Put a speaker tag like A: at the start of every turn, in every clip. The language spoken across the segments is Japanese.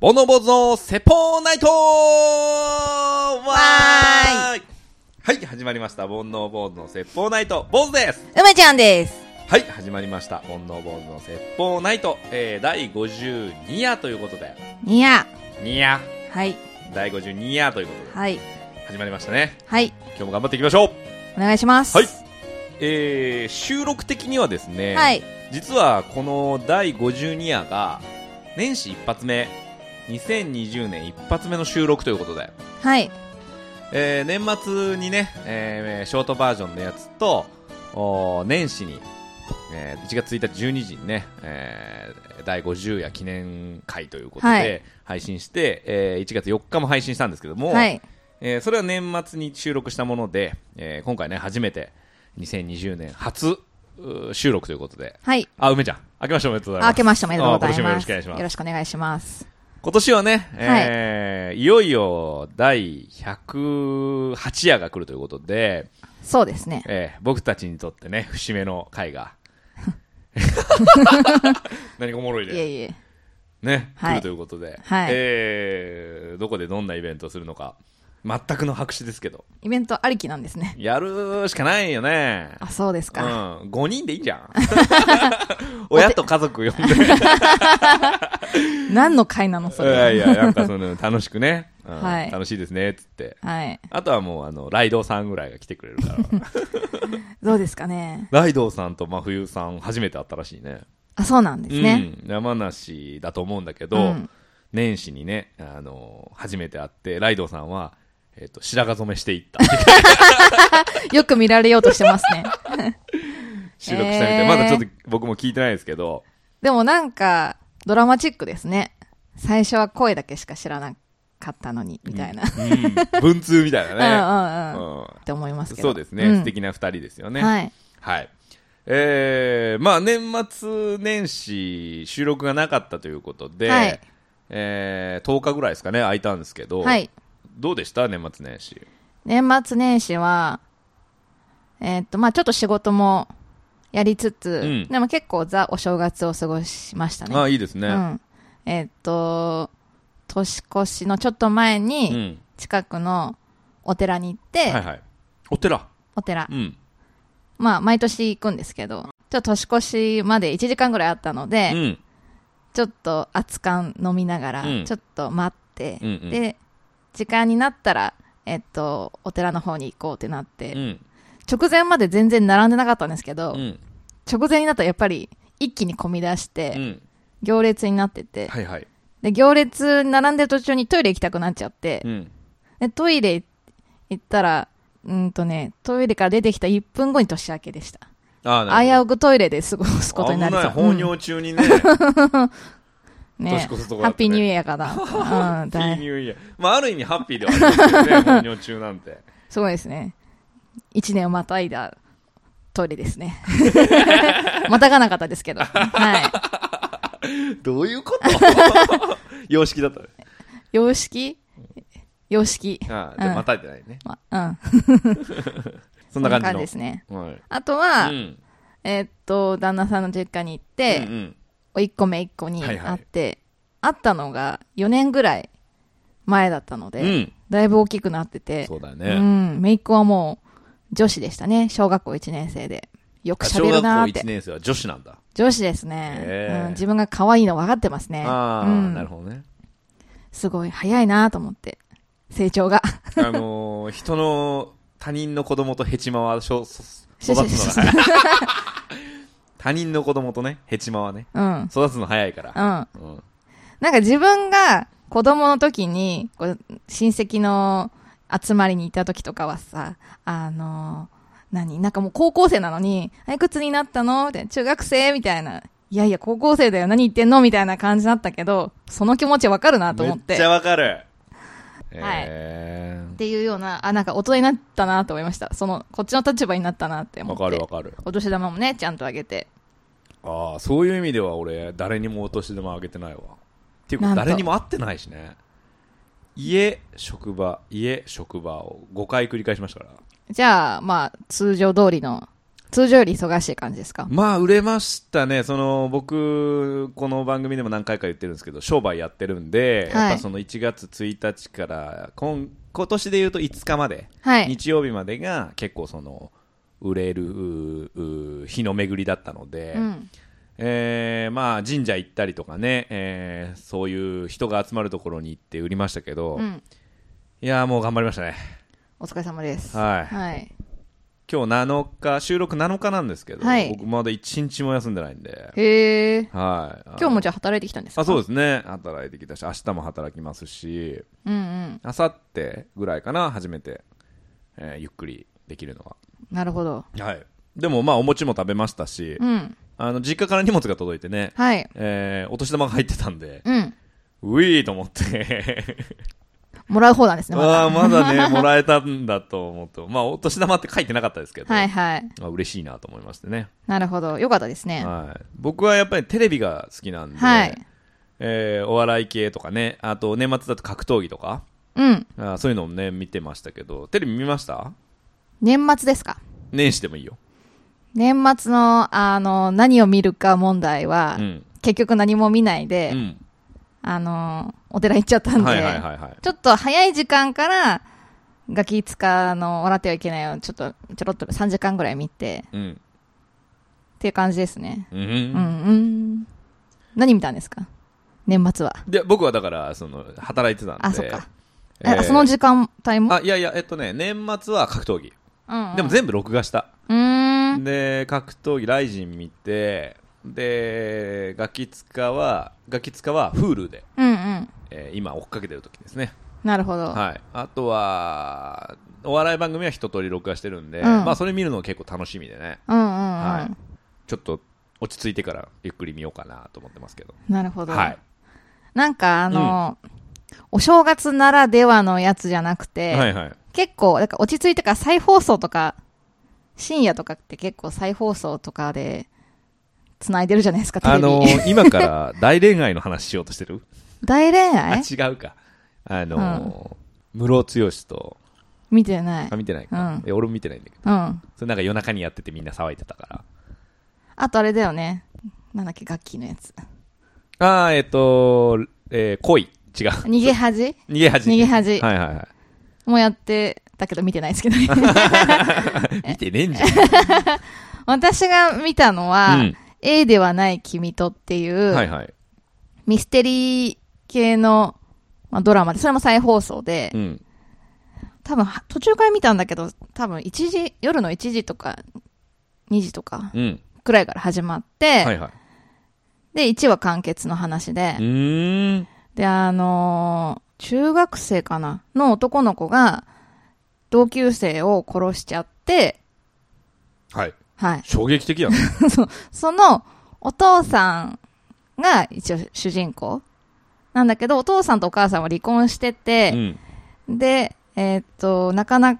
A: ボノボズのセポーナイトわーいはい、始まりました。煩悩坊主の説法ナイト、坊主です
B: 梅ちゃんです。
A: はい、始まりました。煩悩坊主の説法ナイト、えー、第52夜ということで、
B: いや、
A: 2夜、
B: はい、
A: 第52夜ということで、
B: はい、
A: 始まりましたね。
B: はい、
A: 今日も頑張っていきましょう
B: お願いします。
A: はいえー、収録的にはですね、
B: はい、
A: 実はこの第52夜が、年始一発目、2020年一発目の収録ということで、
B: はい、
A: えー年末にね、えーショートバージョンのやつと、おー年始に、えー1月1日12時にね、えー第50夜記念会ということ
B: は
A: で
B: い
A: 配信して、えー1月4日も配信したんですけども、
B: はい、
A: えーそれは年末に収録したもので、えー今回ね、初めて2020年初うー収録ということで、
B: はい。
A: あ、梅ちゃん、明けましておめでとうございま
B: あ
A: す。
B: 明けましておめでとうござい
A: あ今年もよ
B: ま
A: ろし
B: す。
A: くお願いします
B: よろ。しくお願いします。
A: 今年はね、えーい、よいよ第108夜が来るということで、
B: そうですね。
A: えー僕たちにとってね、節目の回 が。何かおもろい
B: いえ
A: で。
B: いえ。
A: ね、
B: は
A: 来
B: い
A: るということで、
B: はい
A: えーどこでどんなイベントをするのか、全くの白紙ですけど、
B: イベントありきなんですね。
A: やるしかないよね。
B: あ、そうです
A: う
B: か。
A: ん、5人でいいじゃ ん。親と家族呼んで。
B: 何の会なの
A: い
B: そ
A: や
B: れ。
A: いや、なんかその、楽しくね、うん
B: はい
A: 楽しいですね、つって。
B: はい。
A: あとはもう、あの、ライドウさんぐらいが来てくれる から。
B: どうですかね。
A: ライドウさんと真冬さん、初めて会ったらしいね。
B: あ、そうなんですね。
A: うん。山梨だと思うんだけど、
B: うん
A: 年始にね、あの、初めて会って、ライドウさんは、えっ、と、白髪染めしてい った。
B: よく見られようとしてますね。
A: 収録したみたい。
B: えー
A: まだちょっと僕も聞いてないですけど、
B: でもなんか、ドラマチックですね。最初は声だけしか知らなかったのに、みたいな。
A: うん。文通みたいなね。
B: うんうんう
A: う
B: ん。
A: ん
B: って思いますけど。
A: そうですね。
B: ん
A: 素敵な二人ですよね。
B: はい。
A: はい。えー、まあ年末年始収録がなかったということで、
B: はい
A: えー、10日ぐらいですかね、空いたんですけど、
B: はい。
A: どうでした年末年始。
B: 年末年始は、えーっと、まあちょっと仕事もやりつつ、
A: うん
B: でも結構ザお正月を過ごしましたね。
A: ああ、いいですね。
B: う。
A: うん
B: えーっと、年越しのちょっと前
A: ん。
B: に、近くのお寺に行って、
A: はいはい。お寺。
B: お寺
A: う、ん。
B: まあ毎年行くんですけど、ちょっと年越しまで1時間ぐらいあったので、
A: うん。うん
B: ちょっと熱燗飲みながら
A: うん、
B: ちょっと待って、
A: うん。
B: で、時間になったら、えーっと、お寺の方に行こうってなって、
A: うん。
B: 直前まで全然並んでなかったんですけど、
A: うん。
B: 直前になったらやっぱり一気に混み出し
A: う
B: て、
A: ん。
B: 行列になってて、
A: はいはい。
B: で、行列並んでる途中にトイレ行きたくなっちゃって
A: う、ん。
B: で、トイレ行ったら、うんとね、トイレから出てきた1分後に年明けでした。
A: ああ、な
B: 危
A: る
B: うくトイレで過ごす
A: ほ
B: こ
A: ど。
B: とになりそう。
A: 危ない。放尿中にね、
B: うん
A: 年
B: ね
A: 越すとこだ
B: ハッ
A: った
B: ピーニューイ
A: ね。
B: ヤーか な。うん、
A: ハッ
B: だ
A: ピーニ
B: い
A: ューイヤー。まあ、ある意味ハッピーではありますよね、放尿中なんて。
B: すごいですね。1年をまたいだトイレですね。 またがなかったで すけど。はい。
A: どういうこと 様式だったね。
B: 様式様式。
A: ああ、じゃ
B: う
A: あ
B: ん
A: またいてないね。
B: ま、うん。
A: そんな感じ
B: そ
A: の。
B: ですね。
A: はい。
B: あとは、
A: うん
B: えーっと、旦那さんの実家に行って、
A: うんうん
B: お一個目一個に
A: はいはい
B: 会って、会ったのが4年ぐらい前だったので、
A: うん
B: だいぶ大きくなってて、
A: そうだ
B: う
A: ね。
B: ん、めいっ子はもう女子でしたね。小学校1年生で。よく喋るなーっ
A: 1
B: て。
A: 年生は女子なんだ。
B: 女子ですね、
A: へー
B: うん。自分が可愛いの分かってますね。
A: ああ、
B: うん
A: なるほどね。
B: すごい早いなーと思って。成長 が。
A: あのー、人の、他人の子供とヘチマはしょ、そ育つの が他人の子供とね、ヘチマはね、
B: うん。うん。
A: 育つの早いから。うん
B: なんか自分が子供の時に、こう親戚の集まりに行った時とかはさ、あの何なんかもう高校生なのに、あいくつになったのみたいな、中学生みたいな。いやいや、高校生だよ。何言ってんのみたいな感じだったけど、その気持ちわかるなと
A: め
B: 思っ。
A: ってちゃ
B: っ
A: わかる。
B: はい
A: え
B: ていうような、あ、なんか大人になったなと思いました。その、こっちの立場になったなって
A: ー
B: 思
A: わ
B: って。
A: かるわかる。
B: お年玉もね、ちゃんとあげて。
A: ああ、そういう意味では俺、誰にもお年玉あげてないわ。っていうか、
B: なんと
A: 誰にも会ってないしね。家、職場、家、職場を5回繰り返しましたから。
B: じゃあ、まあ、通常通りの通常より忙しい感じですか
A: まあ、売れましたね。その、僕、この番組でも何回か言ってるんですけど、商売やってるんで、
B: はい
A: やっぱその1月1日から、今、今年で言うと5日まで、
B: はい。
A: 日曜日までが結構その、売れるうう日の巡りだったので、
B: うん。
A: えーまあ、神社行ったりとかね、えーそういう人が集まるところに行って売りましたけど、
B: うん。
A: いやーもう頑張りましたね。
B: お疲れ様です。
A: はい
B: はい。
A: 今日7日、収録7日なんですけど、
B: はい
A: 僕まだ1日も休んでないんで、
B: へえ。
A: はい。
B: 今日も
A: じ
B: じゃあ働いてきたんですか
A: あそう
B: う
A: ですね。働いてきたし、明日も働きますし、
B: うんうん。
A: 明後日ぐらいかな、初めて、えーゆっくりできるの
B: なるほど。
A: は。はい。でもまあ、お餅も食べましたし、
B: うん。
A: あの、実家から荷物が届いてね、
B: はい。
A: えーお年玉が入ってたんで、
B: うん。
A: ういーと思って、
B: もらう方なんですね、まだ
A: ああ、まだね、もらえたんだと思って、まあ、お年玉って書いてなかったですけど、
B: はいはい。
A: まあ、嬉しいなと思いましてね。
B: なるほど。よかったですね。
A: はい、僕はやっぱりテレビが好きなんで、
B: はい。
A: えーお笑い系とかね、あと年末だと格闘技とか、
B: うん。
A: あーそういうのもね、見てましたけど、テレビ見ました
B: 年末ですか
A: 年始でもいいよ。
B: 年末の、あの、何を見るか問題は、
A: うん。
B: 結局何も見ないで、
A: うん。
B: あの、お寺行っちゃったんで、
A: はいはいはいはい。
B: ちょっと早い時間から、ガキ使カの笑ってはいけないをちょっと、ちょろっと3時間ぐらい見て、
A: うん。
B: っていう感じですね。
A: うん。
B: うん、うん。何見たんですか年末は。
A: で、僕はだから、その、働いてたんで。
B: あ、そっか。
A: えー
B: えその時間帯も
A: あ、いやいや、えっとね、年末は格闘技。
B: うんうん
A: でも全部録画した。
B: うーん。
A: で、格闘技、ライジン見て、で、ガキツカは、ガキツカは Hulu で、
B: うんうん。
A: えー今追っかけてる時ですね。
B: なるほど。
A: はい、あとはお笑い番組は一通り録画してるんで、
B: うん
A: まあ、それ見るの結構楽しみでね、
B: うんうんうん。
A: はい、ちょっと落ち着いてからゆっくり見ようかなと思ってますけど、
B: なるほど。
A: はい
B: なんかあの、お正月ならではのやつじゃなくて、
A: はいはい
B: 結構、なんか落ち着いてから再放送とか、深夜とかって結構再放送とかで、繋いでるじゃないですか、テレ
A: あ
B: ビ。
A: のー今から大恋愛の話しようとしてる
B: 大恋
A: あ
B: 愛
A: 違うかあのー室尾剛と
B: 見てない
A: あ。見てないか、
B: うん
A: え俺も見てないんだけど
B: うん。
A: それなんか夜中にやっててみんな騒いでたか
B: あとあれだよね。なんだっけ、楽器のやつ。
A: らああえっ、とえー恋違う
B: 逃げ恥
A: 逃げ恥
B: 逃げ恥
A: はいはいは
B: もやってたけど見てないで すけどね。
A: い見てねえんじゃん
B: 私が見たのは、
A: うん
B: A ではない君とっていう、
A: はいはい
B: ミステリー系の、まあ、ドラマで、それも再放送で、
A: うん
B: 多分は途中から見たんだけど、多分1時、夜の1時とか2時とか
A: うん
B: くらいから始まって、
A: はいはい
B: で、1話完結の話で
A: う、ーん
B: で、あのー中学生かなの男の子が同級生を殺しちゃって、
A: はい。
B: はい。
A: 衝撃的やん。
B: そのお父さんが一応主人公なんだけど、お父さんとお母さんは離婚してて、
A: うん。
B: で、えーっと、なかな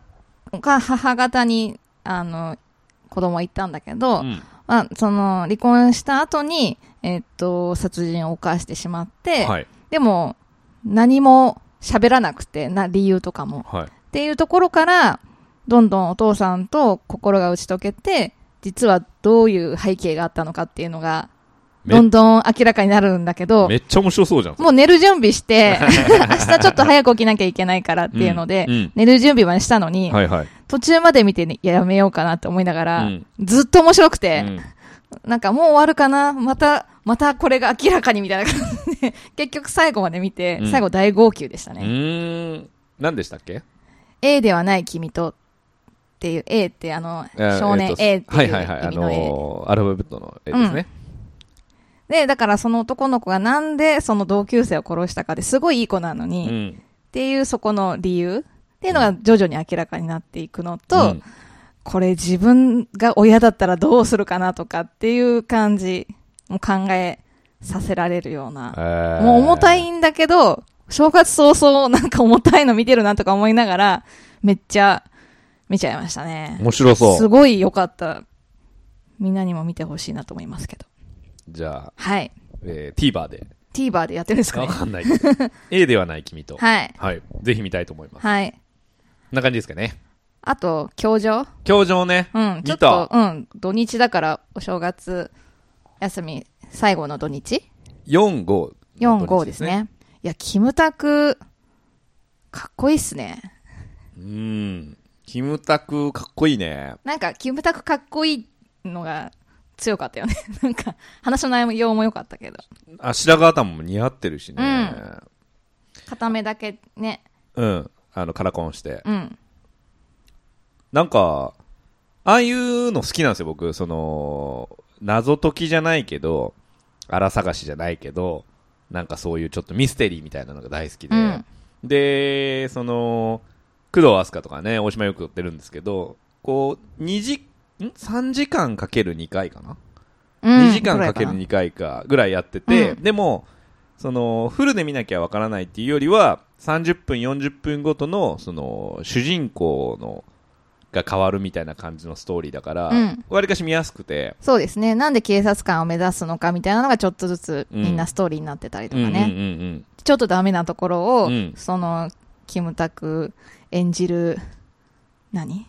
B: か母方に、あの、子供行ったんだけど、
A: うん
B: まあ、その、離婚した後に、えーっと、殺人を犯してしまって、
A: はい。
B: でも、何も喋らなくて、な、理由とかも。
A: はい。
B: っていうところから、どんどんお父さんと心が打ち解けて、実はどういう背景があったのかっていうのが、
A: め
B: どんどん明らかになるんだけど
A: め、っちゃ面白そうじゃん。
B: もう寝る準備 して、明日ちょっと早く起きなきゃいけないからっていうので、
A: うんうん
B: 寝る準備はしたのに、
A: はいはい。
B: 途中まで見て、ね、いややめようかなって思いながら、
A: うん
B: ずっと面白く
A: う
B: て、
A: ん
B: なんかもう終わるかなまた、またこれが明らかにみたいな感じで、結局最後まで見て、
A: うん
B: 最後大号泣でした
A: う
B: ね。
A: ーん。何でしたっけ
B: A ではない君とっていう A ってあの
A: えー
B: 少年
A: えっと
B: A って
A: はいいはいうはい。
B: 意
A: あ
B: 味の A
A: のー、アルファベットの絵ですね。
B: でだからその男の子がなんでその同級生を殺したかですごいいい子なの
A: う
B: にっ
A: ん。
B: ていうそこの理由っていうのが徐々に明らかになっていくのと
A: うん
B: これ自分が親だったらどうするかなとかっていう感じもう考えさせられるようなもう重た。
A: えー
B: いんだけど、正月早々なんか重たいの見てるなとか思いながら、めっちゃ見ちゃいましたね。
A: 面白そ
B: す
A: う。
B: ごい良かった。みんなにも見てほしいなと思いますけど。
A: じゃあ、
B: はい。
A: えー TVer で。
B: TVer でやってるんですか
A: わ
B: ね
A: かんないけど。A ではない君と。
B: はい。
A: はい。ぜひ見たいと思います。
B: はい。
A: こんな感じですかね。
B: あと、教場
A: 教場ね。
B: うん、ちょっと、うん、土日だから、お正月休み、最後の土日
A: 4、5。
B: ?4、5です。ね。いや、キムタク、かっこいいっすね。
A: うん。キムタク、かっこいいね。
B: なんか、キムタクかっこいいのが強かったよね。 なんか、話の内容も良かったけど。
A: あ、白髪頭も似合ってるしね。
B: 片目だけね。
A: うん。あの、カラコンして。
B: うん。
A: なんか、ああいうの好きなんですよ、僕。その、謎解きじゃないけど、荒探しじゃないけど、なんかそういうちょっとミステリーみたいなのが大好きで。
B: うん
A: で、その、工藤飛鳥とかね、大島よくやってるんですけど、こう、2時、ん ?3 時間かける2回かな、
B: う
A: 2
B: ん、
A: 時間かける
B: ぐらい
A: 2回かぐらいやってて、
B: うん
A: でもそのフルで見なきゃわからないっていうよりは30分40分ごとのその主人公のが変わるみたいな感じのストーリーだから
B: うん
A: わり、かし見やすくて、
B: そうですね。なんで警察官を目指すのかみたいなのがちょっとずつ
A: うん
B: みんなストーリーになってたりと
A: うん
B: か
A: うん
B: ね。
A: うん
B: ちょっとダメなところを、
A: うん
B: その、キムタク演じる、何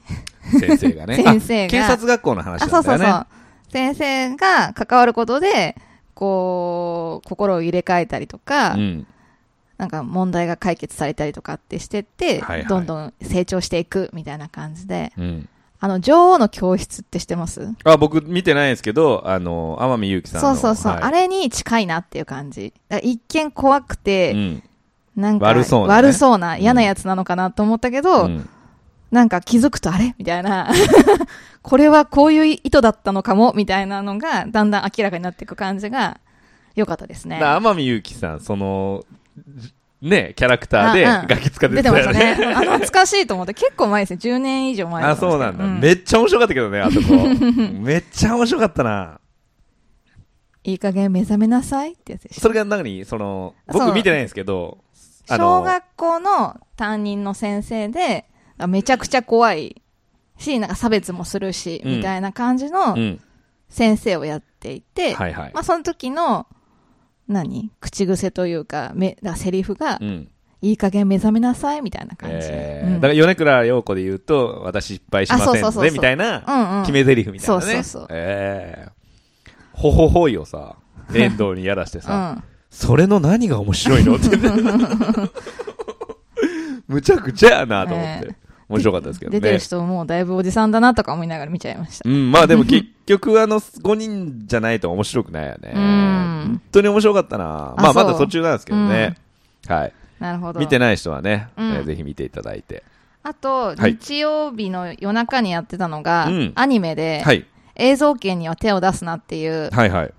A: うん、先生が ね
B: 先生が
A: あ警察学校の話
B: あ、
A: な
B: そ
A: ん
B: う
A: だ
B: そ
A: よ
B: う
A: ね
B: そう。先生が関わることで、こう、心を入れ替えたりとか、
A: うん
B: なんか問題が解決されたりとかってしてって、
A: はいはい
B: どんどん成長していくみたいな感じで。
A: うん、
B: あの、女王の教室って知ってます
A: あ僕見てないですけどあの天海祐希さん
B: そ
A: の
B: うそうそう、
A: はい
B: あれに近いなっていう感じ。だから一見怖くて、
A: うん
B: なんか
A: 悪そうなね
B: 悪そうな嫌なやつなのかなと思ったけど、
A: うん
B: なんか気づくとあれみたいな。 これはこういう意図だったのかもみたいなのが、だんだん明らかになっていく感じが、良かったです
A: だ
B: ね
A: か。ら天海祐希さんそのねキャラクターで
B: あうん
A: ガキ使って
B: 出
A: た
B: て
A: よ
B: ましたね。あの懐かしいと思って、結構前ですね。10年以上前だ
A: あ、
B: と思
A: そうんな
B: ですけ
A: ん
B: ど
A: だ。めっちゃ面白かったけどね、あ そこ。めっちゃ面白かったな。
B: いい加減目覚めなさいってやつでした
A: それが何に、その、
B: そう
A: 僕見てないんですけど、あ
B: 小
A: の、
B: 学校の担任の先生で、あめちゃくちゃ怖いし、なんか差別もするし、
A: うん
B: みたいな感じ
A: う
B: の
A: ん。
B: 先生をやっていて、
A: はいはい
B: ま。あその時の、何口癖というか、め、だセリフが
A: う、ん。
B: いい加減目覚めなさいみたいな感じ。
A: え
B: う
A: ー
B: ん
A: だから、米倉涼子で言うと、私失敗しま
B: あそう
A: せん
B: そう
A: の
B: そう
A: で、
B: そう
A: みたいな、
B: うんうん、
A: 決め台詞みたいなね。
B: そうそうそう
A: ええ。ほほほいをさ、遠藤にやらして
B: う
A: さ、
B: ん、
A: それの何が面白いのって。 むちゃくちゃやなと思っ
B: え
A: て。面白かったですけどね。
B: 出てる人ももうだいぶおじさんだなとか思いながら見ちゃいました。
A: うん、まあでも結局あの5人じゃないと面白くないよね。
B: うん
A: 本当に面白かったな。
B: あ
A: まあま
B: そう
A: だ途中なんですけどね。はい。
B: なるほど。
A: 見てない人はね、
B: うん
A: えーぜひ見ていただいて。
B: あと、
A: はい
B: 日曜日の夜中にやってたのが、
A: うん
B: アニメで、
A: はい。
B: 映像権には手を出すなっていう、
A: はいはい。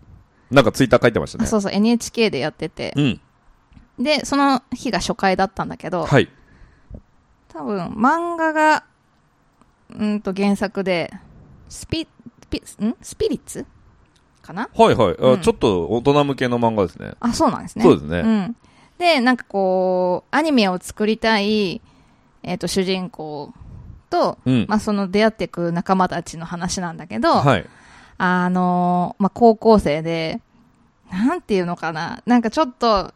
A: なんかツイッター書いてましたね。
B: そうそう、NHK でやってて、
A: うん。
B: で、その日が初回だったんだけど、
A: はい。
B: 多分漫画が、うんと原作で、スピ、ピんスピリッツかな
A: はいはい、あ
B: うん
A: ちょっと大人向けの漫画ですね。
B: あ、そうなんですね。
A: そうですね
B: うん。で、なんかこう、アニメを作りたい、えっ、と、主人公と、
A: うん。
B: まあ、その出会っていく仲間たちの話なんだけど、
A: はい。
B: あのーまあ、高校生で、なんていうのかな、なんかちょっと、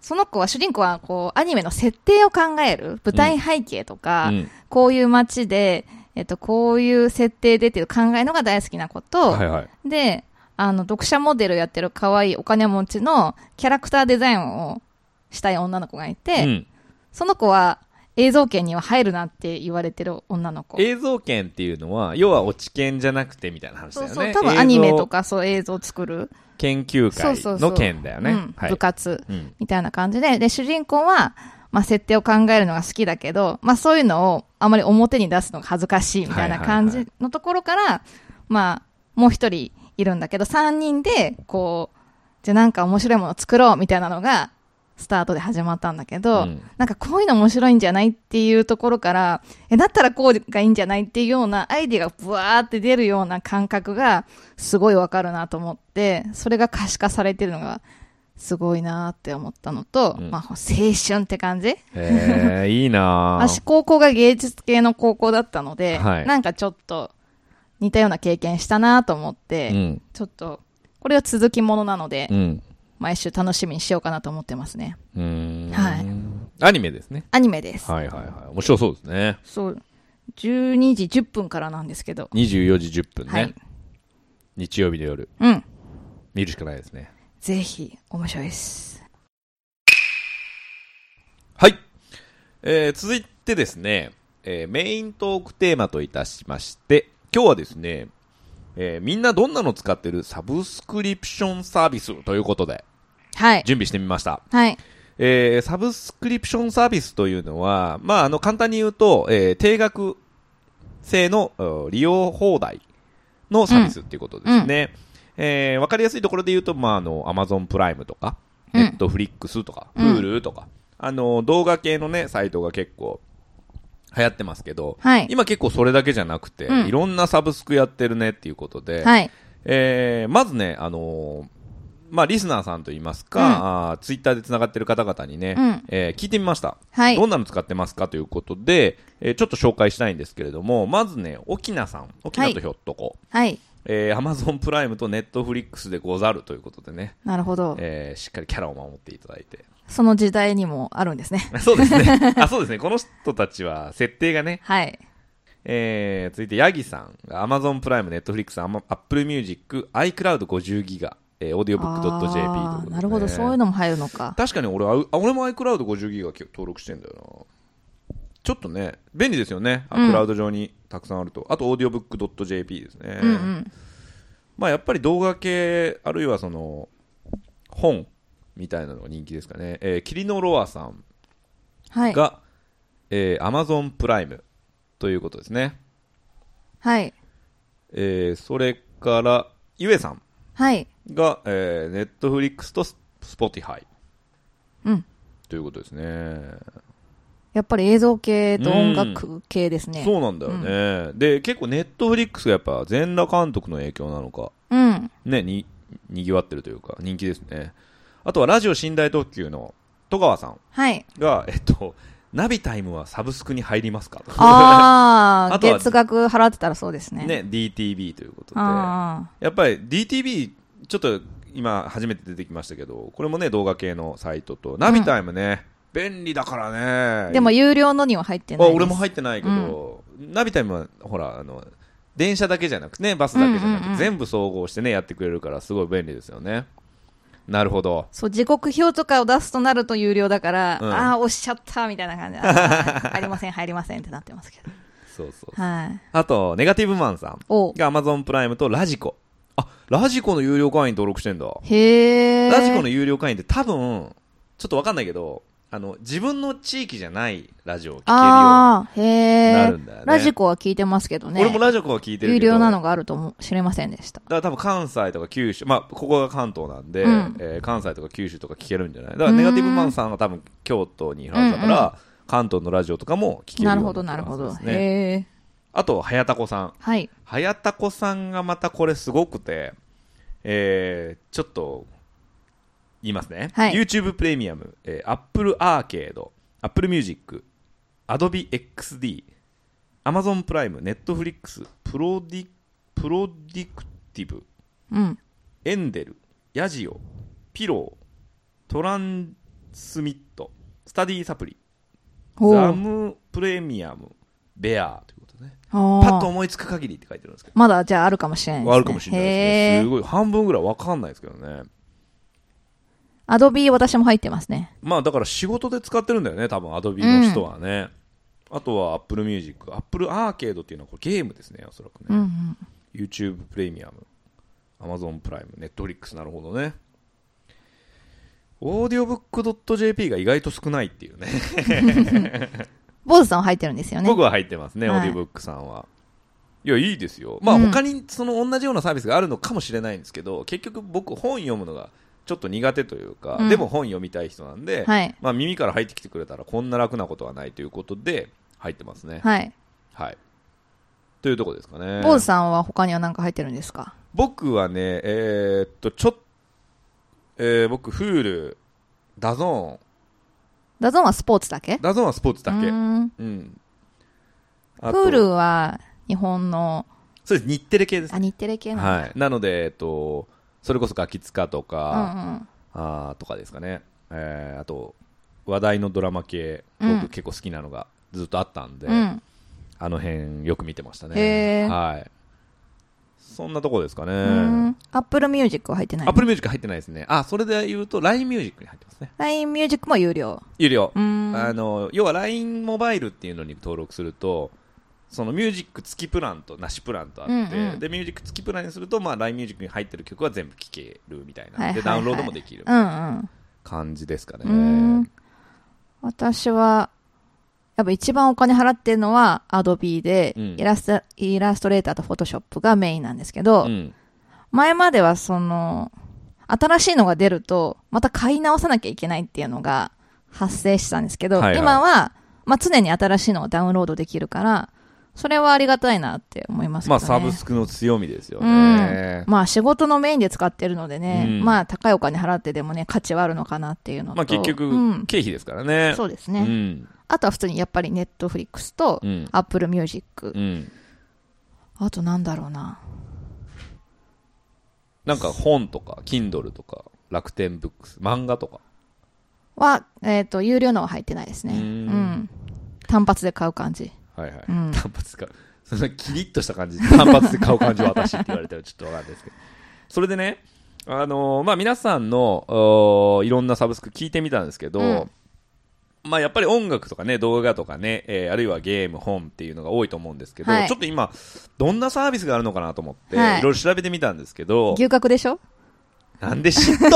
B: その子は、主人公は、こう、アニメの設定を考える、舞台背景とか、
A: うん
B: こういう街で、えっ、と、こういう設定でっていう考えのが大好きな子と、
A: はいはい。
B: で、あの、読者モデルやってる可愛いお金持ちのキャラクターデザインをしたい女の子がいて、
A: うん、
B: その子は映像圏には入るなって言われてる女の子。
A: 映像権っていうのは、要は落ち権じゃなくてみたいな話だ
B: そ
A: よ
B: う
A: ね。
B: そう、多分アニメとかそう映像作る、
A: 映像研究
B: そうそう
A: 会
B: そう
A: の権だよね。
B: うん
A: はい
B: 部。活
A: うん。
B: みたいな感じで、で、主人公は、まあ、設定を考えるのが好きだけど、まあ、そういうのをあまり表に出すのが恥ずかしいみたいな感
A: はい
B: じのところから、まあ、もう一人いるんだけど、三人で、こう、じゃあなんか面白いもの作ろうみたいなのが、スタートで始まったんだけ
A: う
B: ど、
A: ん
B: なんかこういうの面白いんじゃないっていうところから、え、だったらこうがいいんじゃないっていうようなアイディアがブワーって出るような感覚がすごいわかるなと思って、それが可視化されてるのがすごいなって思ったのと、
A: うん
B: まあ青春って感じ
A: えー、いい なぁ
B: 私高校が芸術系の高校だったので、
A: はい
B: なんかちょっと似たような経験したなと思って、
A: うん。
B: ちょっとこれは続きものなので、
A: うん。
B: 毎週楽しみにしようかなと思ってますね。
A: うーん
B: はい
A: アニメですね。
B: アニメです。
A: はいはいはい。面白そうですね。
B: そう。 12時10分からなんですけど。
A: 24時10分ね、
B: はい。
A: 日曜日の夜
B: うん。
A: 見るしかないですね
B: ぜひ、面白いです。
A: はい、えー、続いてですね、えー、メイントークテーマといたしまして今日はですね、えー、みんなどんなの使ってるサブスクリプションサービスということで
B: はい。
A: 準備してみました
B: はい。
A: えーサブスクリプションサービスというのは、まあ、あの、簡単に言うと、えー定額制のうん利用放題のサービスっていうことですね。えーわかりやすいところで言うと、まあ、あの、アマゾンプライムとか、
B: うん
A: ネットフリックスとか、
B: う
A: フ
B: ん
A: ールとか、あの、動画系のね、サイトが結構流行ってますけど、
B: はい
A: 今結構それだけじゃなくて、
B: うん
A: いろんなサブスクやってるねっていうことで、
B: はい。
A: えーまずね、あのーまあ、リスナーさんといいますか、あツイッター Twitter で繋がってる方々にね、
B: うん
A: えー聞いてみました、
B: はい
A: どんなの使ってますかということで、えーちょっと紹介したいんですけれども、まずね、沖縄さん。沖縄とひょっとこ。
B: はい。
A: えー、Amazon プライムと Netflix でござるということでね、
B: なるほど。
A: えーしっかりキャラを守っていただいて。
B: その時代にもあるんですね。
A: そうですね。あ、そうですね。この人たちは、設定がね、
B: はい。
A: えー、続いて、ヤギさんが Amazon プライム、Netflix、アマ Apple Music、iCloud50 ギガ、えー、audiobook.jp という
B: あ
A: ことで、
B: ー
A: ね。
B: なるほど、そういうのも入るのか。
A: 確かに俺は、あ俺も iCloud50 ギガ登録してんだよな。ちょっとね、便利ですよね。
B: うん
A: クラウド上にたくさんあると。あと、audiobook.jp ですね。
B: うんうん。
A: まあ、やっぱり動画系、あるいはその、本みたいなのが人気ですかね。えー、キリノロアさん
B: はい。
A: が、えー、Amazon プライムということですね。
B: はい。
A: えーそれから、ゆえさん
B: はい。
A: が、えー、ネットフリックスとスポティファイ
B: うん。
A: ということですね。
B: やっぱり映像系と音楽系ですね。
A: そうなんだよね。で、結構ネットフリックスがやっぱ全裸監督の影響なのか、
B: うん。
A: ね、に、にぎわってるというか、人気ですね。あとはラジオ寝台特急の戸川さん
B: はい。
A: が、えっと、ナビタイムはサブスクに入りますかと。
B: ああ、
A: あとは
B: 月額払ってたらそうですね。
A: ね、DTV ということで。
B: あ
A: やっぱり DTV、ちょっと今、初めて出てきましたけど、これもね、動画系のサイトと、ナビタイムね、便利だから
B: あ。
A: ね。
B: でも、有料のには入って
A: あ
B: ないです。
A: 俺も入ってないけど、ナビタイムは、ほら、あの、電車だけじゃなくね、バスだけじゃなく
B: うんうんうん
A: 全部総合してね、やってくれるから、すごい便利ですよね。なるほど。
B: そう、時刻表とかを出すとなると有料だから、
A: うん
B: ああ、押しちゃった、みたいな感じで、 あー入りません、入りませんってなってますけど。
A: そうそう。
B: はい。
A: あと、ネガティブマンさん
B: お
A: が Amazon プライムとラジコ。あ、ラジコの有料会員登録してんだ。
B: へえ。
A: ラジコの有料会員って多分、ちょっとわかんないけど、あの、自分の地域じゃないラジオを聞けるように
B: ああ、へえ。
A: なるんだよね
B: ラジコは聞いてますけどね。
A: 俺もラジコは聞いてる
B: 有
A: けど。
B: 料なのがあるとも知れませんでした。
A: だから多分関西とか九州、まあ、ここが関東なんで、
B: うん
A: えー関西とか九州とか聞けるんじゃないだからネガティブマンさんが多分京都にいるはずだから、関東のラジオとかも聞けるよ
B: な
A: う
B: る
A: に
B: ほど、
A: な
B: な
A: ってま
B: るほ
A: す
B: ど。
A: ね
B: へえ。
A: あと、はやたこさん。
B: はい。
A: はやたこさんがまたこれすごくて、えー、ちょっと、言いますね。
B: はい
A: YouTube プレミアム、えー、Apple Arcade、Apple Music、Adobe XD、Amazon プライム、Netflix、プロディ、プロディクティブ、
B: うん。
A: エンデル、ヤジオ、ピロー、トランスミット、スタディサプリ、
B: お
A: ザ
B: ー
A: ムプレミアム、ベアーということでね。
B: あ
A: パッと
B: ー
A: 思いつく限りって書いてるんですけど。
B: まだ、じゃあ、あるかもしれないですね。
A: あるかもしれないですね。
B: へ
A: す
B: ー
A: ごい。半分ぐらいわかんないですけどね。
B: アドビー私も入ってますね。
A: まあだから仕事で使ってるんだよね、多分アドビの人はね。あとは Apple Music。Apple Arcade っていうのはこれゲームですね、おそらくね。
B: うんうん。
A: YouTube プレミアム。Amazon プライム。Netflix。なるほどね。audiobook.jp が意外と少ないっていうね。
B: 坊主さんは入ってるんですよね。
A: 僕は入ってますね、
B: はい
A: audiobook さんは。いや、いいですよ。まあ、
B: うん
A: 他にその同じようなサービスがあるのかもしれないんですけど、結局僕本読むのがちょっと苦手というか、
B: うん
A: でも本読みたい人なんで、
B: はい
A: まあ耳から入ってきてくれたらこんな楽なことはないということで、入ってますね。
B: はい。
A: はい。というとこですかね。
B: 坊主さんは他には何か入ってるんですか
A: 僕はね、えーっと、ちょっ、えー、僕、フール、ダゾ
B: ダゾーンはスポーツだけ
A: ーン、ダゾーンはスポーツだけ。
B: うー
A: うん。
B: ん
A: あと
B: プールは日本の、
A: そうです、日テレ系ですね
B: あ、日テレ系の。
A: はい、なので、えっと、それこそガキツカとか、
B: う
A: あーとかですかね、えーあと話題のドラマ系、
B: うん
A: 僕結構好きなのがずっとあったんで、
B: んうん。うん。
A: あの辺よく見てました
B: へ
A: ね。
B: ー
A: はい。そんなとこですかね。
B: うん。Apple Music は入ってない
A: アッ。プルミュージック入ってないですね。あ、それで言うと LINE ミュージックに入ってますね。
B: LINE Music も有料。
A: 有料。
B: うん。
A: あの、要は LINE モバイルっていうのに登録すると、そのミュージック付きプランとなしプランとあって、
B: うんうん
A: で、ミュージック付きプランにすると、まあ LINE ミュージックに入ってる曲は全部聴けるみたいな。
B: はいはいはい
A: で、ダウンロードもできる
B: うんうん。
A: 感じですかね。
B: うん私は、やっぱ一番お金払ってるのは Adobe で、
A: うん
B: イラスト、イラストレーターと Photoshop がメインなんですけど、
A: うん
B: 前まではその、新しいのが出ると、また買い直さなきゃいけないっていうのが発生したんですけど、
A: はいはい
B: 今は、まあ、常に新しいのをダウンロードできるから、それはありがたいなって思いますけど
A: まあ
B: ね。
A: サブスクの強みですよ
B: う
A: ね
B: ん。。まあ仕事のメインで使ってるのでね、
A: うん
B: まあ高いお金払ってでもね、価値はあるのかなっていうのと。
A: まあ結局
B: うん、
A: 経費ですからね。
B: そうですね。
A: うん。
B: あとは普通にやっぱりネットフリックスと
A: う、ん。
B: アップルミュージック
A: う。ん。
B: あとなんだろうな。
A: なんか本とか、Kindle とか、楽天ブックス、漫画とか。
B: は、えっ、と、有料のは入ってないですね。
A: う
B: うんん。単発で買う感じ。
A: はいはい。
B: うん
A: 単発か。そのキリッとした感じで、単発で買う感じは私って言われたらちょっとわかんないですけど。それでね、あのーまあ皆さんの、おーいろんなサブスク聞いてみたんですけど、
B: うん
A: まあやっぱり音楽とかね、動画とかね、えーあるいはゲーム、本っていうのが多いと思うんですけど、
B: はい
A: ちょっと今、どんなサービスがあるのかなと思って、
B: はい
A: い、ろいろ調べてみたんですけど、
B: 牛角でしょ
A: なんで知ったの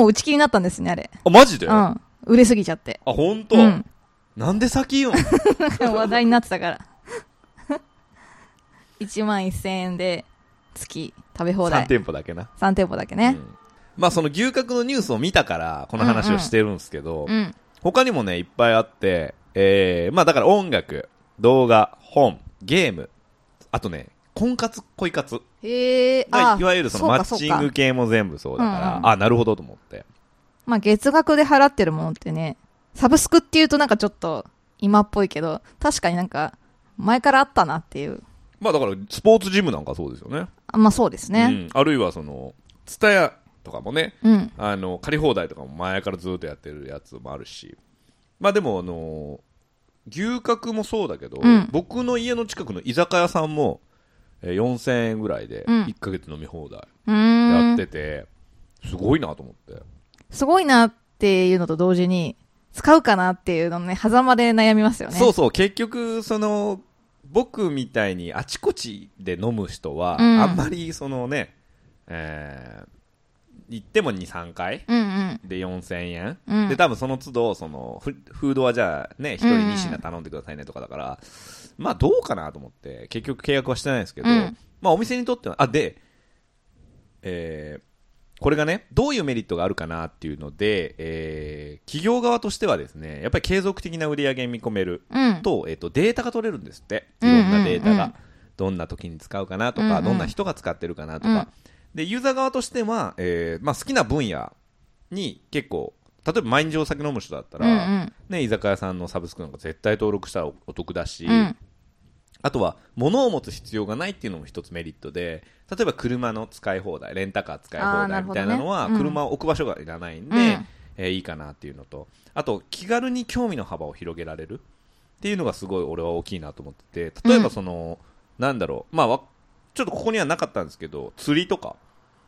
B: もう打ち切りになったんですね、あれ。
A: あ、マジで、
B: う
A: あ、
B: ん。売れすぎちゃって。
A: 本当、
B: うん。
A: なんで先言うの
B: 話題になってたから。1万1000円で月食べ放
A: ?3
B: 題。
A: 店舗だけな。
B: 3店舗だけ
A: う
B: ね。
A: んまあその牛角のニュースを見たから、この話をしてるんですけど、
B: うん。
A: 他にもね、いっぱいあって、えー、まあだから音楽、動画、本、ゲーム、あとね、婚活、恋活。
B: へえ、
A: ま
B: あ
A: あいわゆるその
B: う
A: マ
B: か
A: ッチ
B: そう
A: ン
B: か
A: グ系も全部そうだから、
B: うんうん
A: あ、なるほどと思って。
B: まあ月額で払ってるものってね、サブスクっていうとなんかちょっと今っぽいけど、確かになんか前からあったなっていう。
A: まあだから、スポーツジムなんかそうですよね。
B: あまあそうです
A: う
B: ね。
A: ん。あるいはその、ツタヤとかもね、
B: うん。
A: あの、借り放題とかも前からずっとやってるやつもあるし、まあでも、あの牛角もそうだけど、
B: うん
A: 僕の家の近くの居酒屋さんも、えー4000円ぐらいで、
B: うん
A: 1ヶ月飲み放題
B: うーん
A: やってて、すごいなと思って。
B: すごいなっていうのと同時に、使うかなっていうのね、狭間で悩みますよね。
A: そうそう、結局、その、僕みたいにあちこちで飲む人は、
B: うん
A: あんまりそのね、えー行っても2、3回
B: うんうん。
A: で4000円、
B: うん
A: で多分その都度そのフフードはじゃあね一人
B: うんうん
A: 2品頼んでくださいねとかだから、まあどうかなと思って結局契約はしてないんですけど、
B: うん
A: まあお店にとってはあで、えーこれがねどういうメリットがあるかなっていうので、えー企業側としてはですねやっぱり継続的な売り上げ見込める
B: うん。
A: と,、えー、とデータが取れるんですってい
B: うん
A: ろ
B: うんうん
A: んなデータが、どんな時に使うかなとか、
B: うんうん
A: どんな人が使ってるかなと
B: うん
A: か、でユーザー側としては、えーまあ、好きな分野に結構例えば毎日お酒飲む人だった
B: う
A: ら、
B: んうん。
A: ね、居酒屋さんのサブスクなんか絶対登録したらお得だし、
B: うん。
A: あとは物を持つ必要がないっていうのも一つメリットで例えば車の使い放題レンタカー使い
B: あー
A: 放題
B: なる
A: み
B: ほ
A: た
B: ど
A: い
B: ね
A: なのは
B: うん
A: 車を置く場所がいらないんで、
B: うん
A: えーいいかなっていうのとあと気軽に興味の幅を広げられるっていうのがすごい俺は大きいなと思ってて例えばその、なんだろうまあわちょっとここにはなかったんですけど釣りとか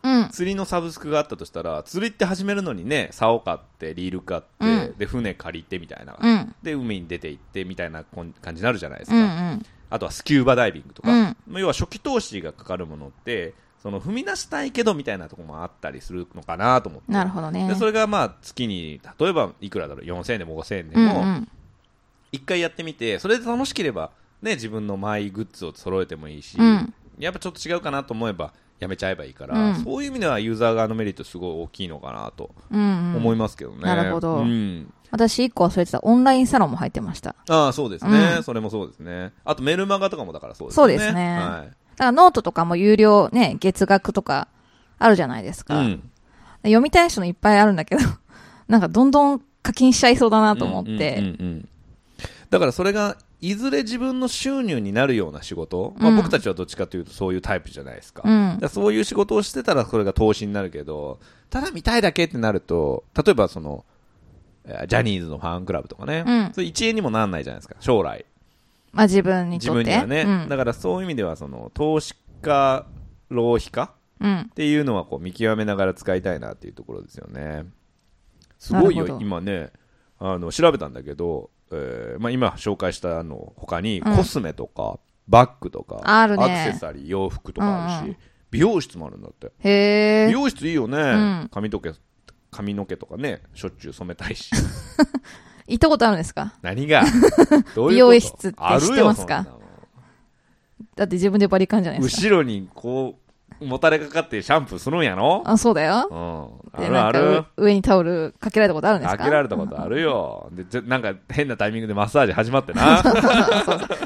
B: うん。
A: 釣りのサブスクがあったとしたら釣りって始めるのにね竿買ってリール買って、
B: うん
A: で船借りてみたいな、
B: うん。
A: で海に出て行ってみたいなこん感じになるじゃないです
B: う
A: か、
B: ん。
A: あとはスキューバダイビングとか、
B: うん
A: まあ要は初期投資がかかるものってその踏み出したいけどみたいなところもあったりするのかなと思って
B: なるほどね。
A: でそれがまあ月に例えばいくらだろう4000円でも5000円で
B: うんう
A: も
B: ん。
A: 一回やってみてそれで楽しければ、ね、自分のマイグッズを揃えてもいいし、
B: うん
A: やっぱちょっと違うかなと思えばやめちゃえばいいから、
B: うん
A: そういう意味ではユーザー側のメリットすごい大きいのかなと
B: うんうん。
A: 思いますけどね、
B: なるほど
A: うん
B: 私一個忘れてた。オンラインサロンも入ってました。
A: ああそうですね、
B: うん
A: それもそうですねあとメルマガとかもだからそうですね
B: そうですね
A: はい
B: だからノートとかも有料ね、月額とかあるじゃないですか。
A: うん
B: 読みたい人のいっぱいあるんだけど、 なんかどんどん課金しちゃいそうだなと思って。
A: うんうんうんうんだからそれがいずれ自分の収入になるような仕事、まあ、
B: うん
A: 僕たちはどっちかというとそういうタイプじゃないですか,、
B: うん
A: だからそういう仕事をしてたらそれが投資になるけどただ見たいだけってなると例えばそのえージャニーズのファンクラブとかね、
B: うん
A: それ1円にもなんないじゃないですか将来
B: まあ自分に
A: 自
B: とって。
A: 分にはね、
B: うん
A: だからそういう意味ではその投資か浪費か
B: うん
A: っ。ていうのはこう見極めながら使いたいなっていうところですよねすごい
B: なる
A: よ
B: ほど
A: 今ねあの調べたんだけど、えーまあ、今紹介したの他に
B: うん
A: コスメとか、バッグとか
B: あるね
A: アクセサリー洋服とかあるし、
B: うんうん
A: 美容室もあるんだって
B: へ
A: 美
B: え。
A: 容室いいよね、
B: ん
A: 髪の毛髪の毛とかねしょっちゅう染めたい し
B: 行ったことあるんですか
A: 何がどういうこと
B: 美容室って
A: あるよ
B: 知ってますか
A: そんなの
B: だって自分でバリカンじゃないですか。
A: 後ろにこうもたれかかってシャンプーするんや ろ
B: あ、そうだよ
A: う。んあ
B: で
A: るあ
B: な
A: る
B: んかう上にタオルかけられたことあるんです
A: 開
B: か
A: けられたことある よ。で、ちょなんか変なタイミングでマッサージ始まってな。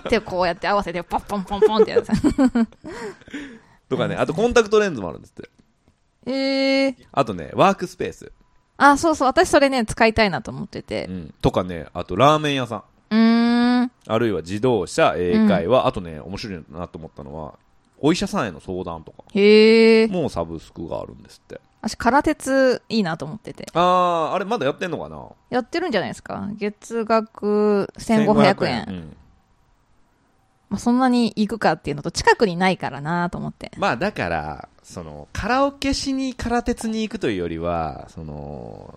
B: 手をこうやって合わせて、ポンポンポンポンってやる。
A: とかね、あとコンタクトレンズもあるんですって。
B: ええ
A: あとね、ワークスペース。
B: あ、そうそう。私それね、使いたいなと思ってて
A: う。ん。とかね、あとラーメン屋さん。
B: うーん。
A: あるいは自動車、英会話、あとね、面白いなと思ったのは、お医者さんへの相談とか。
B: へえ。
A: もうサブスクがあるんですって。
B: 私、空鉄いいなと思ってて。
A: あー、あれまだやってんのかな
B: やってるんじゃないですか月額1500円。
A: うん
B: まあ、そんなに行くかっていうのと、近くにないからなと思って。
A: まあだから、その、カラオケしに空鉄に行くというよりは、その、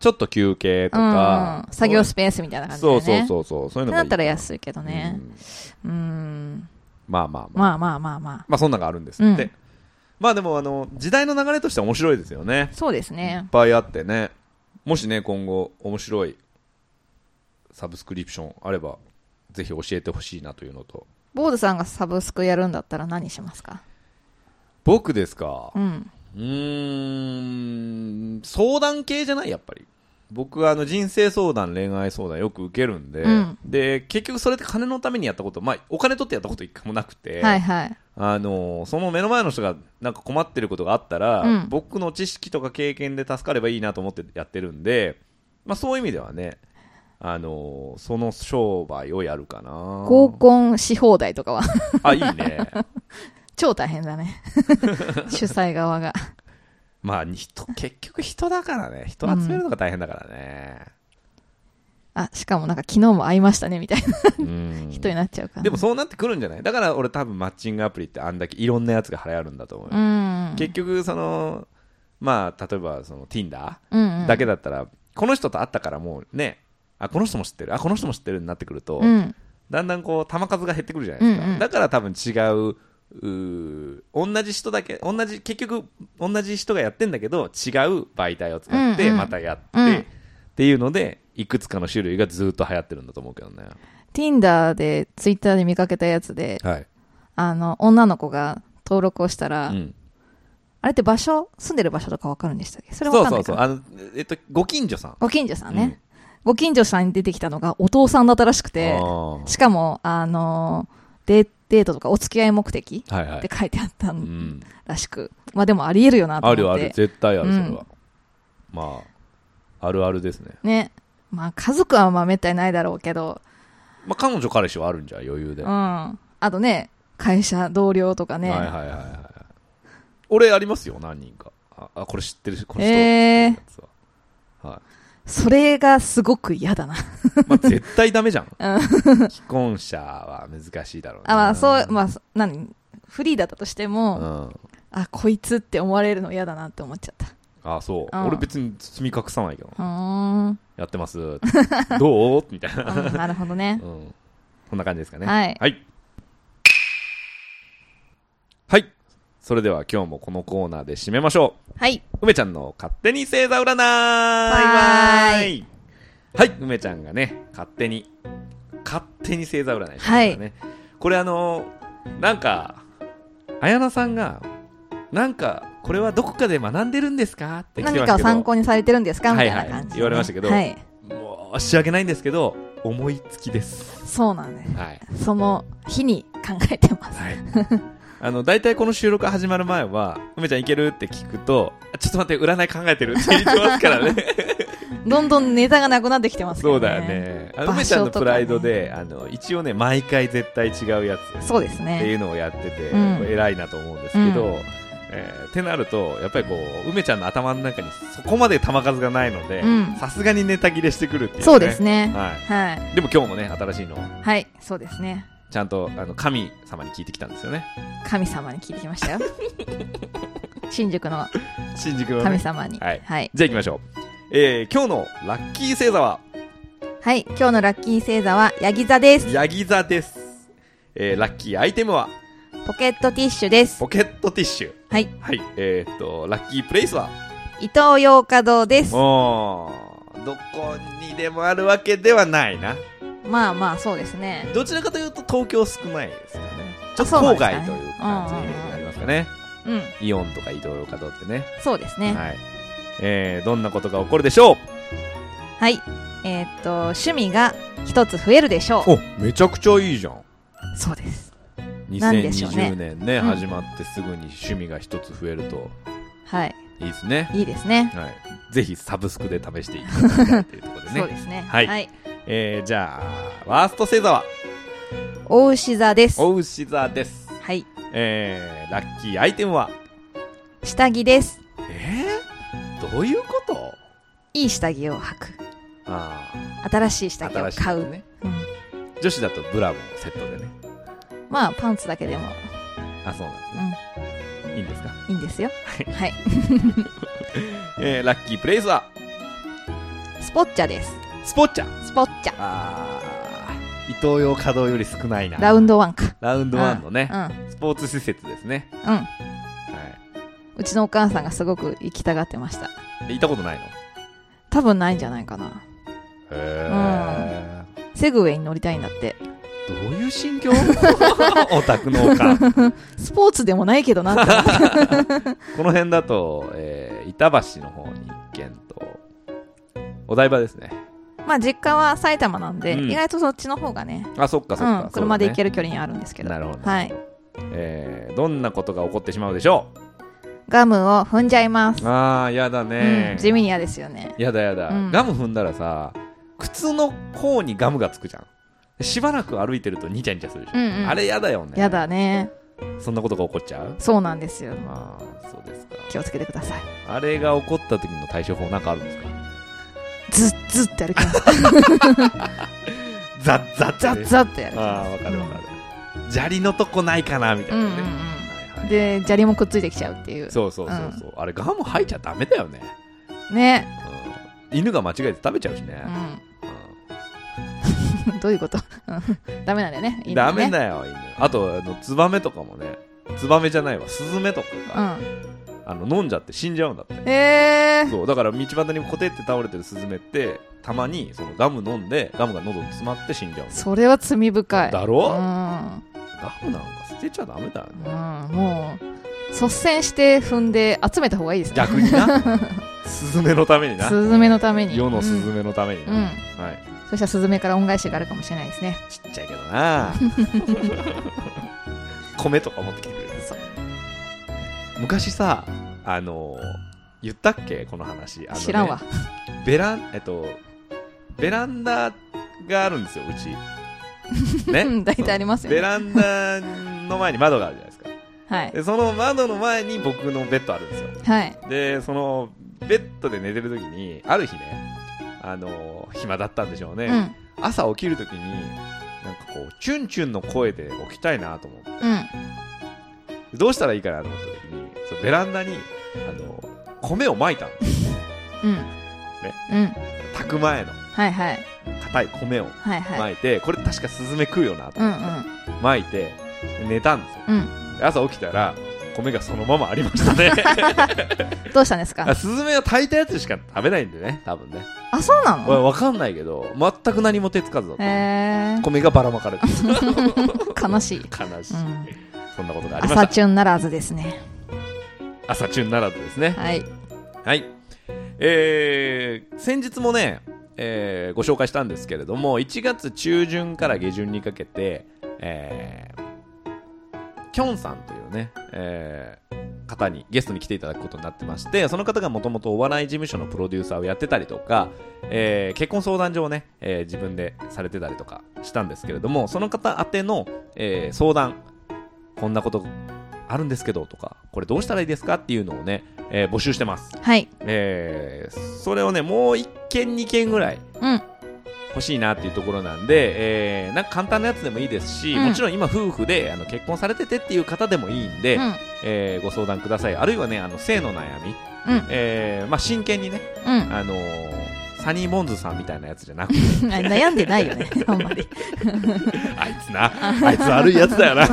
A: ちょっと休憩とか
B: う、ん、作業スペースみたいな感じだよ
A: そ
B: ね。
A: うそうそうそう、そういうのが
B: ないっ
A: い
B: た
A: かな
B: ら安いけどね
A: う。ん
B: うーん。
A: まあまあまあ、まあ、
B: まあまあまあまあ。
A: そんなのがあるんですって、
B: うん
A: まあでもあの時代の流れとしては面白いですよね
B: そうです
A: い
B: ね
A: っ。ぱいあってねもしね今後面白いサブスクリプションあればぜひ教えてほしいなというのと
B: ボーズさんがサブスクやるんだったら何しますか
A: 僕ですか
B: うん。
A: うーん相談系じゃないやっぱり僕はあの人生相談恋愛相談よく受けるんで、
B: うん
A: で結局それって金のためにやったこと、まあ、お金取ってやったこと一回もなくて、
B: はいはい。
A: あのその目の前の人がなんか困ってることがあったら、
B: うん
A: 僕の知識とか経験で助かればいいなと思ってやってるんで、まあ、そういう意味ではね、あのその商売をやるかな
B: 合コンし放題とかは、
A: あいいね
B: 超大変だね。 主催側が。
A: まあ人結局人だからね人集めるのが大変だからね、
B: あ、しかもなんか昨日も会いましたねみたいな
A: うん
B: 人になっちゃうから。
A: でも、そうなってくるんじゃないだから俺多分マッチングアプリってあんだけいろんなやつが流行るんだと思う
B: う
A: よ、
B: ん。
A: 結局そのまあ例えばその Tinder
B: うんうん
A: だけだったら、この人と会ったからもうね、あ、この人も知ってる、あ、この人も知ってるになってくると、
B: うん。
A: だんだんこう、球数が減ってくるじゃないですか。
B: うんうん
A: だから多分違う、うー同じ人だけ、同じ、結局、同じ人がやってんだけど、違う媒体を使っ
B: うん
A: て、
B: うん
A: またやって、
B: うん
A: っていうので、いくつかの種類がずっと流行ってるんだと思うけどね。
B: Tinder で、Twitter で見かけたやつで、
A: はい。
B: あの、女の子が登録をしたら、
A: うん、
B: あれって場所、住んでる場所とかわかるんでしたっけそれ
A: そ
B: わ
A: う
B: かん
A: そ
B: な
A: う
B: いか
A: そ
B: な
A: う。あの、えっと、ご近所さん。
B: ご近所さんね、ご近所さんに出てきたのがお父さんだったらしくて
A: あ、ー
B: しかも、あのーデ、デートとかお付き合い目的
A: はいは
B: って
A: い。
B: 書いてあった
A: うんん。
B: らしく。まあでもありえるよなと思
A: あ
B: って。
A: るある、絶対ある、それは。
B: うん
A: まあ、あるあるですね。
B: ね。まあ家族はまあめったにないだろうけど、
A: まあ、彼女彼氏はあるんじゃん余裕
B: う
A: で、
B: ん。あとね、会社同僚とかね。
A: はいはいはいはい俺ありますよ何人かああこれ知ってるこの人
B: えー
A: っていうやつは、は
B: それがすごく嫌だな。
A: い、まあ絶対ダメじゃん既婚者は難しいだろうな
B: あ、まあそう、まあ、そ何フリーだったとしても、
A: うん
B: あ、こいつって思われるの嫌だなって思っちゃった。
A: あそう、
B: うん
A: 俺別に包み隠さないけど
B: うーん。
A: やってます どうみたい な、
B: うんなるほどね。
A: うん、こんな感じですかね
B: はい
A: はい、はい、それでは今日もこのコーナーで締めましょう
B: はい。
A: 梅ちゃんの勝手に星座占い
B: バイ
A: はい、梅ちゃんがね、勝手に、勝手に星座占いしてますからね。これあのーなんか、綾菜さんが、なんか、これはどこかで学んでるんですかって来て
B: 何
A: まし
B: か
A: た
B: を
A: けど
B: 参考にされてるんですか
A: は
B: みた
A: い
B: い
A: はい
B: な感じでね、
A: 言われましたけど
B: はい。
A: 申し訳ないんですけど、思いつきです。
B: そうなんです。
A: はい。
B: その日に考えてます。
A: はい。 あの、大体この収録始まる前は、梅ちゃんいけるって聞くと、あちょっと待って、占い考えてるって言ってますからね。
B: どんどんネタがなくなってきてますけ
A: そ
B: ど
A: う
B: ね。
A: だよ。ね。あの
B: 場所
A: 梅ちゃんの
B: とか
A: プ
B: ね
A: ライドで、あの一応ね、毎回絶対違うやつ
B: そうです
A: ってい
B: ね。
A: うのをやってて、
B: うん
A: 偉いなと思うんですけど、えーってなると、やっぱりこう、梅ちゃんの頭の中にそこまで球数がないので
B: うん、
A: さすがにネタ切れしてくるっていう、ね。
B: そうですね。
A: は
B: はい。
A: い。でも今日もね、新しいのを、
B: はい、そうですね。
A: ちゃんと、あの、神様に聞いてきたんですよね。
B: 神様に聞いてき ましたよ。新宿の
A: 新宿の、
B: 神
A: ね。
B: 様に。
A: はい
B: はい。
A: じゃあ行きましょう。えー、今日のラッキー星座は、
B: はい、今日のラッキー星座は、ヤギ座です。
A: ヤギ座です。えー、ラッキーアイテムは、
B: ポケットティッシュです。
A: ポケットティッシュ。
B: はい。
A: はい。えー、っと、ラッキープレイスは、
B: 伊東洋華堂です。
A: おーどこにでもあるわけではないな。
B: まあまあ、そうですね。
A: どちらかというと東京少ないですよね。ちょっと
B: そうなん
A: 郊
B: ですかね
A: 外という感じになりますかね。
B: うん、
A: イオンとか移動かどってね。
B: そうですね。
A: はい。えー、どんなことが起こるでしょう
B: はい。えーっと、趣味が一つ増えるでしょう。
A: おめちゃくちゃいいじゃん。
B: そうです。なんでしょうね
A: 2020年ね、
B: うん
A: 始まってすぐに趣味が一つ増えると
B: はい。
A: いいですね。
B: いいですね。
A: はい。ぜひサブスクで試していただきたいというところで
B: そう
A: ね。
B: ですね。
A: はいえー、じゃあ、ワースト星座は、
B: お牛座です。
A: おうし座です。
B: はい。
A: えー、ラッキーアイテムは、
B: 下着です。
A: えー、どういうこと
B: いい下着を履く。
A: ああ。
B: 新しい下着を買う。
A: 新しいね
B: うん、
A: 女子だとブラもセットでね
B: まあ、パンツだけでも、
A: あそうなんですね、いいんですか、
B: いいんですよ。はい。
A: えー、ラッキープレイスは
B: スポッチャです。
A: スポッチャ
B: スポッチャ。
A: あー伊東洋稼働より少ないな
B: ラウンドワンか。
A: ラウンドワンのね
B: う、ん。
A: スポーツ施設ですね、
B: うん。
A: は
B: うちのお母さんがすごく行きたがってました。
A: い、行ったことないの
B: 多分ないんじゃないかな。
A: へ
B: セグウェイに乗りたいんだって。
A: え、どういう心境 オタクのおかん
B: スポーツでもないけどな って思って
A: この辺だと、えー、板橋の方に一軒とお台場ですね
B: まあ実家は埼玉なんで、
A: うん
B: 意外とそっちの方がね、
A: あそっかそっか、
B: うん、車で行け
A: る
B: る距離にあるんですけど。
A: なるほど、
B: はい。
A: えー、どんなことが起こってしまうでしょう
B: ガムを踏んじゃいます。
A: ああ、やだ
B: う
A: ね
B: ん、。地味に嫌ですよね。
A: やだやだ、
B: うん
A: ガム踏んだらさ、靴の甲にガムがつくじゃん。しばらく歩いてるとニチャニチャするでしょ。
B: うんうん
A: あれやだよね。
B: やだね。
A: そんなことが起こっちゃう
B: そうなんですよ。
A: ああ、そうですか。
B: 気をつけてください。
A: あれが起こった時の対処法なんかあるんですか
B: ずっずって歩き ます。
A: ザッザッ
B: ザ
A: ね
B: ッザってやる。
A: ああ、わかるわかる。砂利のとこないかなみた
B: う
A: い
B: ん
A: な
B: う
A: ね。は
B: ん
A: い
B: うん。
A: はい
B: で、砂利もくっついてきちゃうっていう。
A: そうそうそうそう、あれガム吐いちゃダメだよね、
B: ね。
A: うん犬が間違えて食べちゃうしね
B: う、ん。
A: うん
B: どういうことうんダメなんだよね。いいんだ
A: ダ
B: よね
A: メだよ、犬。あと、あの、ツバメとかもね、ツバメじゃないわ、スズメとかが、あの、飲んじゃって死んじゃうんだって。
B: うん。えー。
A: そう、だから道端にコテって倒れてるスズメって、たまに、そのガム飲んで、ガムが喉に詰まって死んじゃうんだ
B: それは罪深い。
A: だ
B: う
A: ろ、
B: ん。
A: ガムなんか捨てちゃダメだよ
B: う
A: ね。
B: ん。もう、率先して踏んで集めた方がいいですね。
A: 逆に な。スズメのためにな
B: ス。ズメのために。
A: 世のスズ
B: うん
A: メのためにな。
B: うん。
A: はい。
B: そしたらスズメから恩返しがあるかもしれないですね。
A: ちっちゃいけど な米とか持ってきてくれる
B: そう
A: 昔さ、あの言ったっけこの話。あのね
B: 知らんわ。
A: ベラン、えっと、ベランダがあるんですよ、うち。ね
B: うん 大体ありますよね
A: ベランダの前に窓があるじゃないですか。
B: はい。
A: で、その窓の前に僕のベッドあるんですよ。
B: はい。
A: で、その、ベッドで寝てる時に、ある日ね、あの、暇だったんでしょうね。
B: うん。
A: 朝起きる時に、なんかこう、チュンチュンの声で起きたいなと思って、
B: うん。
A: どうしたらいいかなと思った時に、そのベランダに、あの、米をまいたんです
B: うん。うん。
A: 炊く前の
B: はいはい。
A: 硬い米を
B: はいはい。
A: 巻いて、これ確かスズメ食うよなと
B: うんう
A: 思
B: ん
A: って、。巻いて寝たんですよ
B: うん。
A: で朝起きたら米がそのままありました ね
B: どうしたんです
A: あ
B: か
A: スズメは炊いたやつしか食べないんでね多分ね
B: あ、そうなの
A: わかんないけど全く何も手つかずだった、
B: え
A: 米がばらまかれてる
B: ー。悲しい。
A: 悲しい、
B: うん
A: そんなことがありま
B: 朝
A: した
B: チュンならずですね。
A: 朝中ならずですね
B: はい。
A: はいえー、先日もね、えーご紹介したんですけれども1月中旬から下旬にかけてえーキョンさんというね、えー方にゲストに来ていただくことになってましてその方がもともとお笑い事務所のプロデューサーをやってたりとか、えー結婚相談所をね、えー自分でされてたりとかしたんですけれどもその方宛ての、えー相談こんなことああるんですけどとか、これどうしたらいいですかっていうのをね、えー募集してます。
B: はい。
A: えーそれをね、もう1件2件ぐらい
B: うん。
A: 欲しいなっていうところなんで、えーなんか簡単なやつでもいいですし、
B: うん
A: もちろん今夫婦であの結婚されててっていう方でもいいんで、
B: うん。
A: えーご相談ください。あるいはね、あの、性の悩み。
B: うん
A: えーまあ、真剣にね、
B: うん。
A: あのーサニーモンズさんみたいなやつじゃなくて、
B: 悩んでないよね、あんまり。
A: あいつな、あいつ悪いやつだよな。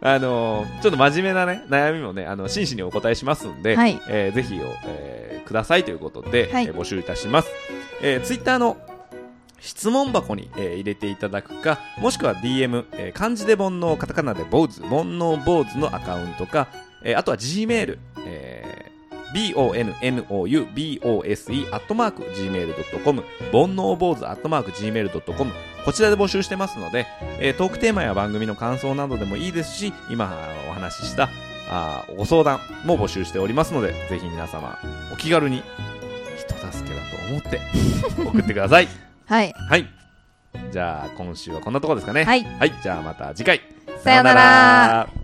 A: あのーちょっと真面目なね、悩みもね、あの、真摯にお答えしますんで、
B: はい
A: えーぜひを、えーくださいということで、
B: はい
A: えー募集いたします。えー、ツイッターの質問箱に、えー入れていただくか、もしくは DM、えー漢字で煩悩、カタカナで坊主、煩悩坊主のアカウントか、えーあとは Gmail、えー bonoubose アットマーク gmail.com 煩悩坊主アットマーク gmail.com こちらで募集してますので、えートークテーマや番組の感想などでもいいですし今あお話ししたあーご相談も募集しておりますのでぜひ皆様お気軽に人助けだと思って 送ってください
B: はい。
A: はいじゃあ今週はこんなところですかね
B: はい。
A: じゃあまた次回
B: さよなら
A: さよなら